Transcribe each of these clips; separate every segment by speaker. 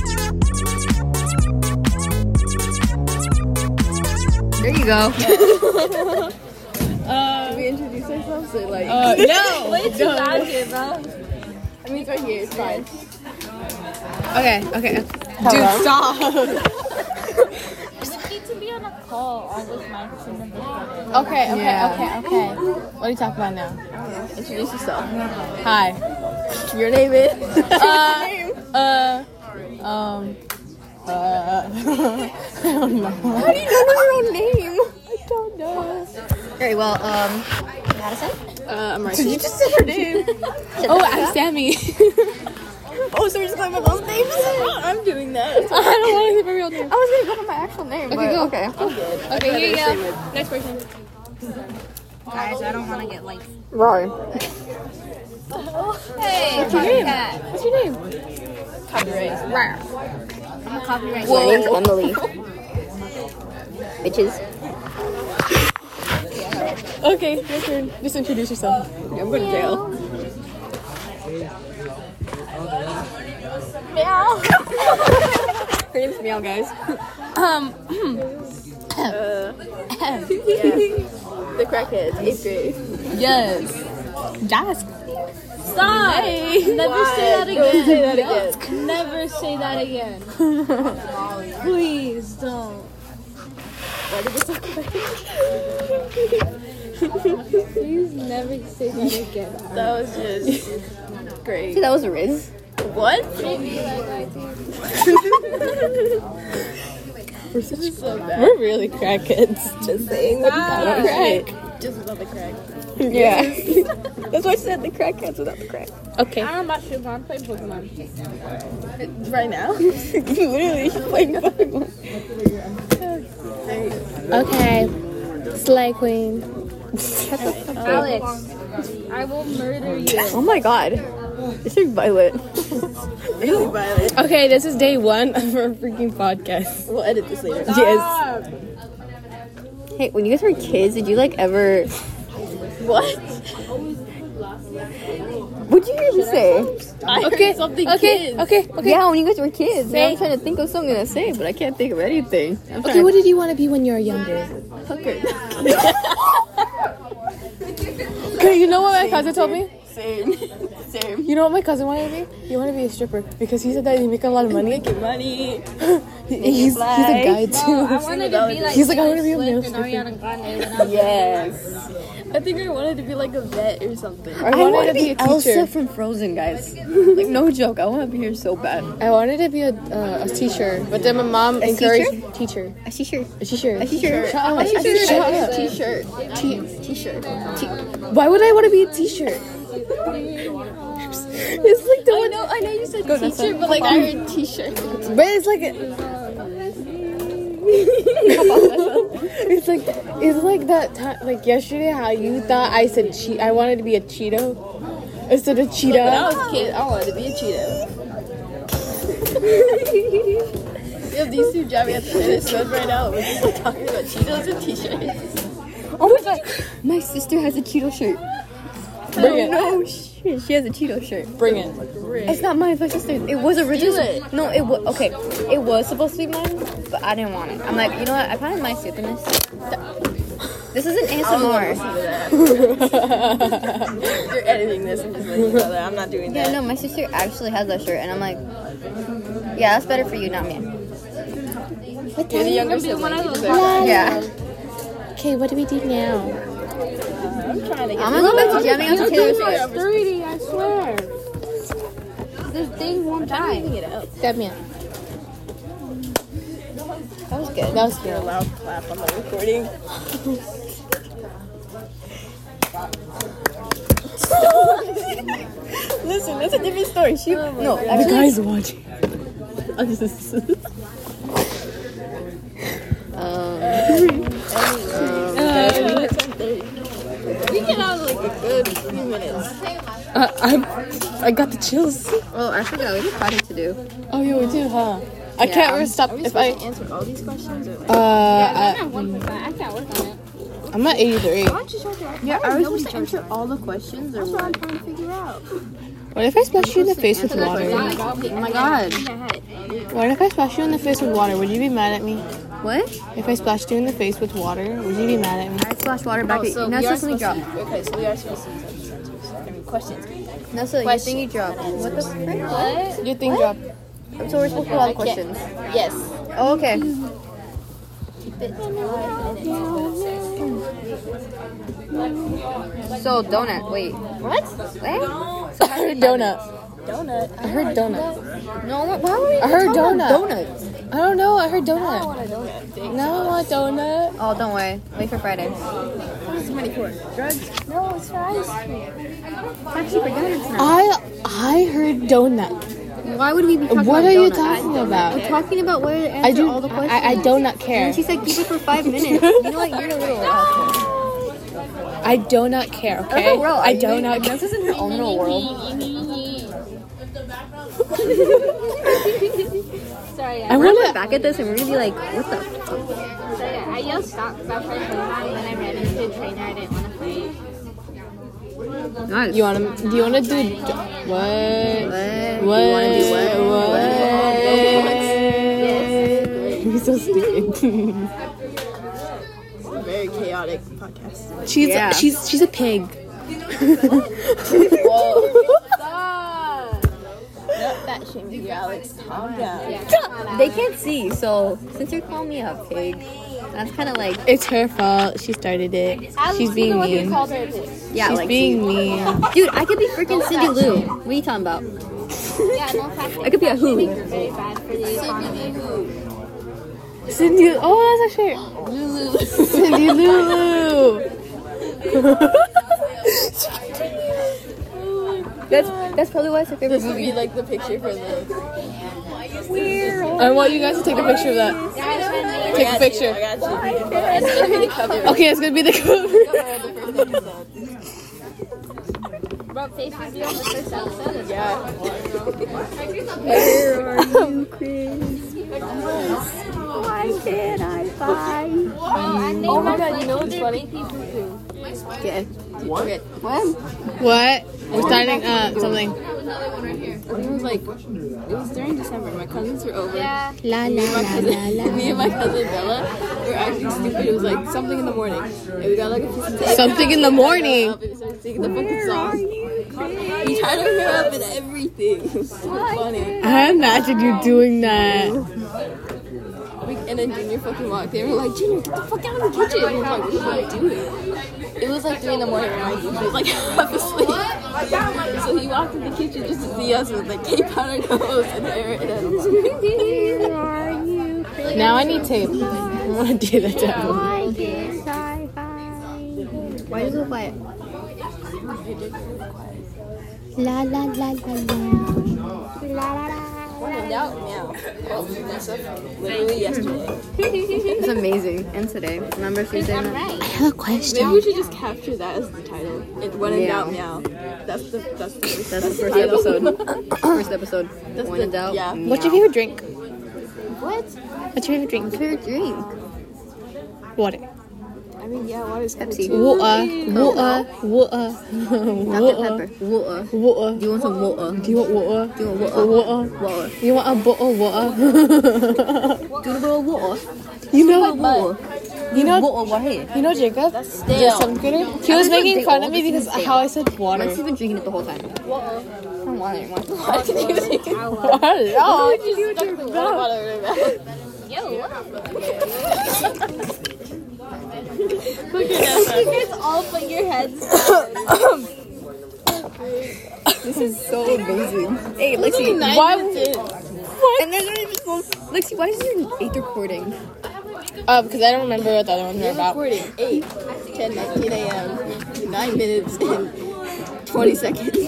Speaker 1: you go.
Speaker 2: Should we introduce ourselves? So like,
Speaker 1: Uh, no.
Speaker 3: Way too loud here, bro.
Speaker 2: I mean, it's right here. It's fine.
Speaker 1: Okay. Okay. Dude, stop.
Speaker 3: We need to be on a call on with mics in the video.
Speaker 4: Okay, okay,
Speaker 1: Yeah.
Speaker 4: okay, okay. What are you talking about now?
Speaker 2: Introduce yourself.
Speaker 4: Hi.
Speaker 2: Your name is.
Speaker 4: Uh, um, uh, I don't know.
Speaker 2: How do you know your own name?
Speaker 1: Great. Well, um,
Speaker 2: Uh, I'm Marcy.
Speaker 1: you just said her name.
Speaker 4: Oh, I'm Sammy.
Speaker 2: Oh, so we're just going with both names? I'm doing that.
Speaker 4: I don't want to hear my real name.
Speaker 2: I was gonna go to my actual name.
Speaker 4: Okay, go.
Speaker 2: Okay.
Speaker 4: Okay, here you go. Next person.
Speaker 1: Guys, I don't want to get like.
Speaker 2: Right.
Speaker 1: Hey.
Speaker 4: What's your name? What's your name?
Speaker 2: Copyright.
Speaker 1: I'm a copyright.
Speaker 5: My name's Emily. Bitches.
Speaker 4: Okay, your turn. Just introduce yourself.
Speaker 2: I'm going to jail.
Speaker 3: Meow.
Speaker 2: Her name's Meow, guys.
Speaker 4: Um,
Speaker 2: The crackheads, eighth grade.
Speaker 4: yes. Jask.
Speaker 3: Stop. Never say that
Speaker 2: Don't say
Speaker 3: again.
Speaker 2: that again.
Speaker 3: Never say that again. Please don't. Please never say that again.
Speaker 2: That was just great.
Speaker 5: That was a Riz.
Speaker 2: What?
Speaker 4: We're really crackheads. Just saying. What about crack?
Speaker 2: Just without the crack.
Speaker 4: Yeah.
Speaker 2: That's why I said the crackheads without the crack.
Speaker 4: Okay.
Speaker 3: I don't know about you, but I'm playing Pokemon.
Speaker 2: Right now? you literally playing Pokemon.
Speaker 4: Okay. Slay queen.
Speaker 3: Alex, I will murder you.
Speaker 2: Oh my god. This is violent. really violent.
Speaker 4: Okay, this is day one of our freaking podcast.
Speaker 2: We'll edit this later.
Speaker 4: Yes.
Speaker 5: Hey, when you guys were kids, did you like ever?
Speaker 2: What?
Speaker 5: What'd you hear me say?
Speaker 4: Okay. Something okay. Okay. Okay.
Speaker 5: Yeah, when you guys were kids. Now
Speaker 4: Say-
Speaker 5: I'm trying to think of something to say, but I can't think of anything. I'm
Speaker 4: Okay,
Speaker 5: trying
Speaker 4: what did you want to be when you were younger?
Speaker 2: Hooker.
Speaker 4: Okay, you know what my cousin told me?
Speaker 2: Same. Same.
Speaker 4: You know what my cousin wanted to be? He wanted to be a stripper because he said that he make a lot of money.
Speaker 2: Making money.
Speaker 4: He- he's, he's a guy
Speaker 3: I
Speaker 4: too.
Speaker 3: wanted to be like
Speaker 4: He's like, I wanna be a
Speaker 3: Taylor Swift
Speaker 4: male
Speaker 3: and Ariana Grande when I was
Speaker 2: Yes. I think I wanted to be like a vet or something.
Speaker 4: I wanted to be a
Speaker 5: Elsa
Speaker 4: teacher.
Speaker 5: from Frozen, guys. like no joke, I want to be here so bad.
Speaker 4: I wanted to be a, uh, a teacher, but then my mom encouraged teacher.
Speaker 5: A t-shirt.
Speaker 4: A teacher.
Speaker 5: A t-shirt.
Speaker 4: Shut up. Shut
Speaker 2: T-shirt.
Speaker 4: up.
Speaker 2: T-shirt.
Speaker 5: T-shirt.
Speaker 4: Why would I want to be a teacher? it's like the one.
Speaker 2: No, I know you said teacher, but like I heard T-shirt.
Speaker 4: But it's like it's like it's like that time like yesterday how you thought I said che- I wanted to be a Cheeto instead of
Speaker 2: When I
Speaker 4: Cheetah.
Speaker 2: was a kid, I wanted to be a Cheeto. If these two drive me at the minute so right now, we're just like talking about Cheetos and T-shirts.
Speaker 5: Oh my god, my sister has a Cheeto shirt.
Speaker 4: Bring it,
Speaker 5: No shit, she has a Cheeto shirt.
Speaker 4: bring it.
Speaker 5: It's not mine, it's my sister's. It was originally no, it was okay. It was supposed to be mine, but I didn't want it. I'm like, you know what? I probably might sleep in this. This isn't ASMR.
Speaker 2: You're editing this and just letting you know that I'm not doing
Speaker 5: Yeah,
Speaker 2: that.
Speaker 5: no, my sister actually has that shirt, and I'm like, yeah, that's better for you, not me.
Speaker 2: You're the younger sibling. you deserve it.
Speaker 5: Yeah,
Speaker 4: Okay, what do we do now?
Speaker 2: I'm trying to get
Speaker 5: I'm gonna go back to jamming out to Taylor Swift.
Speaker 2: I'm just
Speaker 3: 3D, I swear. This thing won't die.
Speaker 2: getting it out.
Speaker 4: That man.
Speaker 5: That was good.
Speaker 4: That was
Speaker 2: You're
Speaker 4: good.
Speaker 2: allowed to clap on the recording. Listen, that's a different story. She
Speaker 5: Oh
Speaker 2: no,
Speaker 4: The guys watching.
Speaker 2: we can have like a good few minutes.
Speaker 4: Uh, I I got the chills.
Speaker 5: Oh, I forgot we have project to do.
Speaker 4: Oh, you were too, huh? I can't really stop if I.
Speaker 2: answer all these questions. Or
Speaker 4: Uh, I,
Speaker 3: I'm at 1%. I can't work on it.
Speaker 4: I'm at 83.
Speaker 2: yeah, I was supposed to answer all the questions. Or what?
Speaker 4: What if I splash you in the face with water?
Speaker 5: Oh my god.
Speaker 4: What if I splash you in the face with water? Would you be mad at me?
Speaker 5: What?
Speaker 4: If I splashed you in the face with water, would you be mad at me?
Speaker 5: I splashed water back at you.
Speaker 2: Oh, we
Speaker 5: That's
Speaker 2: are
Speaker 5: the thing you dropped.
Speaker 2: supposed to- okay, so we are supposed to use our answers. I mean, questions.
Speaker 5: That's the thing you dropped. What the frick?
Speaker 3: What?
Speaker 4: Your thing dropped.
Speaker 5: So we're supposed to
Speaker 2: I
Speaker 5: have
Speaker 2: can't-
Speaker 5: questions.
Speaker 2: Yes.
Speaker 5: Oh, okay. So donut. Wait. What? What?
Speaker 4: I heard donut.
Speaker 2: Donut.
Speaker 4: I heard donut.
Speaker 5: No. Why were we?
Speaker 4: I heard
Speaker 5: talking about
Speaker 4: donut.
Speaker 5: Donuts.
Speaker 4: I don't know. I heard donut.
Speaker 2: I don't want a donut.
Speaker 4: Now I want donut.
Speaker 5: Oh, don't worry. Wait for Friday.
Speaker 3: No, it's for ice cream.
Speaker 4: I I heard donut.
Speaker 5: Why would we be talking
Speaker 4: What
Speaker 5: about
Speaker 4: are you
Speaker 5: donuts?
Speaker 4: talking
Speaker 5: We're
Speaker 4: about?
Speaker 5: talking about where to answer
Speaker 4: I do.
Speaker 5: all the questions.
Speaker 4: I, I do not care.
Speaker 5: And she said keep it for five minutes. you know what? You're a little. asshole.
Speaker 4: I do not care. Okay.
Speaker 5: We're all-
Speaker 4: I do not care.
Speaker 5: This isn't the own little world.
Speaker 3: Sorry,
Speaker 4: I
Speaker 3: I,
Speaker 5: We're gonna look
Speaker 4: want
Speaker 5: back at this and we're gonna be like, what the
Speaker 3: sorry, I yelled stop because I played Pokemon and then I ran into a trainer I didn't want to play.
Speaker 5: Nice.
Speaker 4: to. You want to? Do you want to do do- what?
Speaker 5: What?
Speaker 4: What?
Speaker 5: You wanna do what?
Speaker 4: What? You're so stupid.
Speaker 2: It's a very chaotic podcast.
Speaker 4: she's
Speaker 5: Yeah.
Speaker 4: she's she's a pig.
Speaker 2: That shame you, Alex. Calm down.
Speaker 5: They can't see, so since you're calling me a pig, that's kind of like,
Speaker 4: It's her fault. She started it. She's being mean.
Speaker 3: called her this.
Speaker 5: yeah,
Speaker 4: She's
Speaker 5: like,
Speaker 4: being mean.
Speaker 5: dude, I could be freaking Cindy Lou. What are you talking about?
Speaker 3: Yeah, no fact.
Speaker 5: I could be a who.
Speaker 3: It's very bad for the economy.
Speaker 4: Cindy, oh, that's a shirt. Lulu. Cindy Lulu.
Speaker 5: That's that's probably why it's her favorite
Speaker 2: This would
Speaker 5: movie.
Speaker 2: be like the picture for the.
Speaker 4: I want you guys to take a picture of that. Take a
Speaker 2: I
Speaker 4: picture.
Speaker 2: got you. It's gonna be
Speaker 4: Okay, it's gonna
Speaker 2: the cover.
Speaker 4: be the cover.
Speaker 3: Bro, face is the only first episode. is-
Speaker 2: Yeah.
Speaker 3: Bro, I named oh my god, you know what's funny?
Speaker 4: What? We're starting uh something.
Speaker 2: It was like, it was during December. My cousins were over.
Speaker 3: Yeah.
Speaker 4: La la
Speaker 2: My cousin, me and my cousin Bella were acting stupid. It was like something in the morning. And we got like a piece of tape.
Speaker 4: Something in the morning.
Speaker 2: Up and we started singing the fucking song. We tried to her up and everything. It was so funny.
Speaker 4: I imagine you doing that.
Speaker 2: We, and then Junior fucking walked. They were like, Junior, get the fuck out of the kitchen. And we were like, what are you doing? It was like three in the morning when my Junior was like half asleep. So he walked in the kitchen just to see us with like tape on our nose and hair and everything.
Speaker 4: Now I need tape. I want to do that. To everyone.
Speaker 5: Why are you so quiet?
Speaker 2: Now, now. Literally yesterday.
Speaker 5: It's amazing. And today, remember Tuesday night?
Speaker 2: Maybe we should just capture that as the title. It, when in doubt, meow. That's the that's the first,
Speaker 5: That's the first episode. first episode.
Speaker 2: That's
Speaker 5: One
Speaker 2: the-
Speaker 5: in doubt.
Speaker 2: yeah.
Speaker 4: What's your favorite drink?
Speaker 2: What?
Speaker 4: What's your favorite drink?
Speaker 5: favorite drink?
Speaker 4: Water.
Speaker 2: I mean, yeah, water's cool
Speaker 5: Pepsi.
Speaker 2: too.
Speaker 4: Water. Water. Water.
Speaker 5: Dr.
Speaker 4: Water.
Speaker 5: Pepper. Water.
Speaker 4: Water.
Speaker 5: Do you want some water?
Speaker 4: Do you want water?
Speaker 5: Do you want water?
Speaker 4: Water.
Speaker 5: Water.
Speaker 4: You want a bottle of water?
Speaker 5: Do you want water?
Speaker 4: you know,
Speaker 5: Water.
Speaker 4: you know,
Speaker 5: Water. Water here.
Speaker 4: you know, Jacob, the
Speaker 2: stale.
Speaker 4: seventh grader. He was
Speaker 5: Everyone's
Speaker 4: making
Speaker 5: big
Speaker 4: fun
Speaker 5: old,
Speaker 4: of me
Speaker 5: this
Speaker 4: because
Speaker 5: is stale.
Speaker 4: how I said water.
Speaker 5: Mike's been drinking it the whole time. Water. I don't want it anymore.
Speaker 4: Hello.
Speaker 3: Yo, what?
Speaker 5: so amazing. Hey, Lexi,
Speaker 4: Why?
Speaker 5: and there's not even supposed. Lexi, why is your eighth recording?
Speaker 4: Uh, because I don't remember what the other ones were about.
Speaker 2: Recording 8, 10, 19 a.m., 9 minutes and 20 seconds.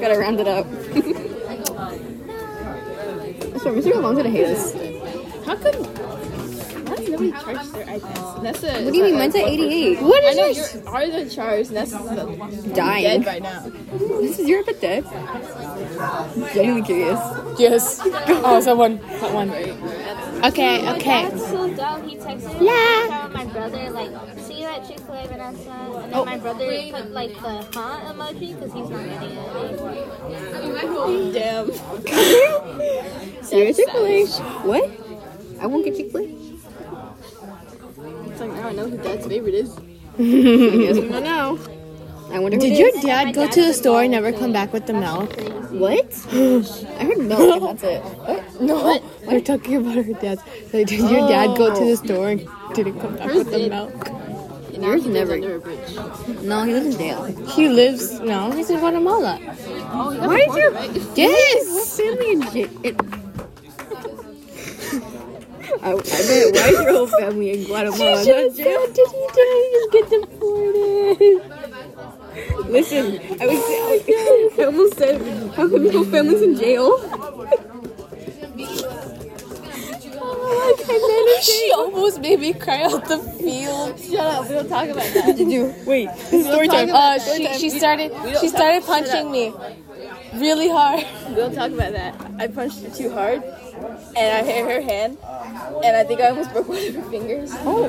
Speaker 5: Gotta round it up. So Mr. Malone's gonna hate us.
Speaker 2: How come? How does nobody charge their iPads? And that's a,
Speaker 5: What do you mean? Mine's at 88.
Speaker 4: What
Speaker 2: I
Speaker 4: is
Speaker 2: know
Speaker 4: yours?
Speaker 2: yours? Ours are charged, and that's uh, dead
Speaker 5: Dying.
Speaker 2: by now.
Speaker 5: This is Europe at death. Genuinely curious.
Speaker 4: Yes. Oh, someone. Someone. Okay. Okay.
Speaker 3: That's so dumb. He texted me yeah. my brother, like, see you at Chick fil A, Vanessa. And
Speaker 4: Oh.
Speaker 3: then my brother put, like, the huh emoji because he's not getting it.
Speaker 2: Oh, Damn.
Speaker 5: You're Chick Fil A. What? I won't get Chick Fil A.
Speaker 2: know who dad's favorite is.
Speaker 5: I wonder.
Speaker 4: Did your dad go to the store and never come back with the milk?
Speaker 5: What? I heard milk. and That's it.
Speaker 4: No, we're talking about her dad's. Like, did your dad go to the
Speaker 2: Oh.
Speaker 4: store and didn't come back with the
Speaker 2: did.
Speaker 4: milk?
Speaker 2: And
Speaker 5: Yours
Speaker 2: now he lives
Speaker 5: never-
Speaker 2: under a bridge.
Speaker 5: No, he lives in Dale.
Speaker 4: He lives no, he's in Guatemala.
Speaker 2: Oh, you got Why did you? Right?
Speaker 4: Yes, family in
Speaker 5: I, I bet. Why is your whole family in Guatemala?
Speaker 4: Did you get deported?
Speaker 5: Listen, I was. I almost said, how come your whole family's in jail?
Speaker 4: She almost made me cry out the field.
Speaker 2: Shut up. We don't talk about that.
Speaker 4: Wait, story time. Uh, she, she started she started punching me really hard.
Speaker 2: we don't talk about that. I punched her too hard, and I hit her hand, and I think I almost broke one of her fingers. Oh.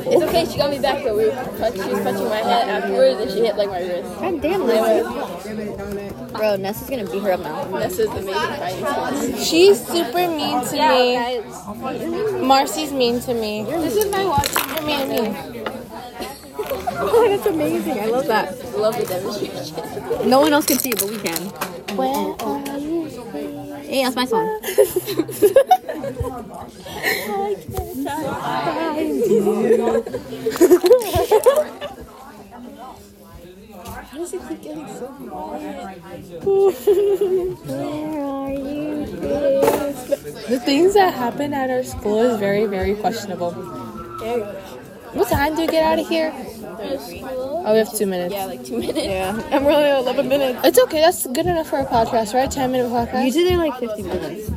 Speaker 2: It's okay. She got me back though. We were punch, she was punching my head afterwards, and she hit like my wrist.
Speaker 5: God damn, Liz. Bro, Nessa's gonna beat her up now.
Speaker 2: This is amazing fighting skills.
Speaker 4: She's super mean to me. Marcy's mean to me.
Speaker 2: This is my watch.
Speaker 4: You're mean to me.
Speaker 5: Oh, that's amazing. I love that.
Speaker 2: Love the demonstration.
Speaker 5: No one else can see it, but we can. Hey, that's my song.
Speaker 4: The things that happen at our school is very, very questionable. What time do we get out of here? Oh, we have two minutes.
Speaker 2: Yeah, like two minutes.
Speaker 4: I'm really at 11 minutes. It's okay. That's good enough for a podcast, right? 10 minute podcast.
Speaker 5: Usually they're like 50 minutes.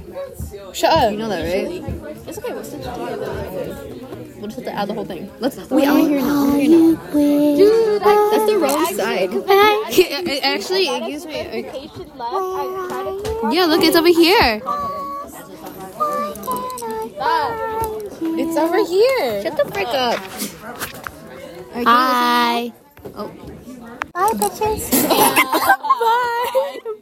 Speaker 4: Shut up.
Speaker 5: You know that, right?
Speaker 2: It's okay. We'll stick to
Speaker 5: We'll just have to add the whole thing. Let's. Wait, I wanna hear now. I wanna hear now. Dude, I- that's the wrong side. Actually, it gives me.
Speaker 3: Patient left.
Speaker 4: Oh.
Speaker 3: I try to
Speaker 5: Yeah, look, it's over here.
Speaker 4: It's over here.
Speaker 5: Shut the frick up. Hi. Oh. Bye, bitches. Bye. Mm-hmm.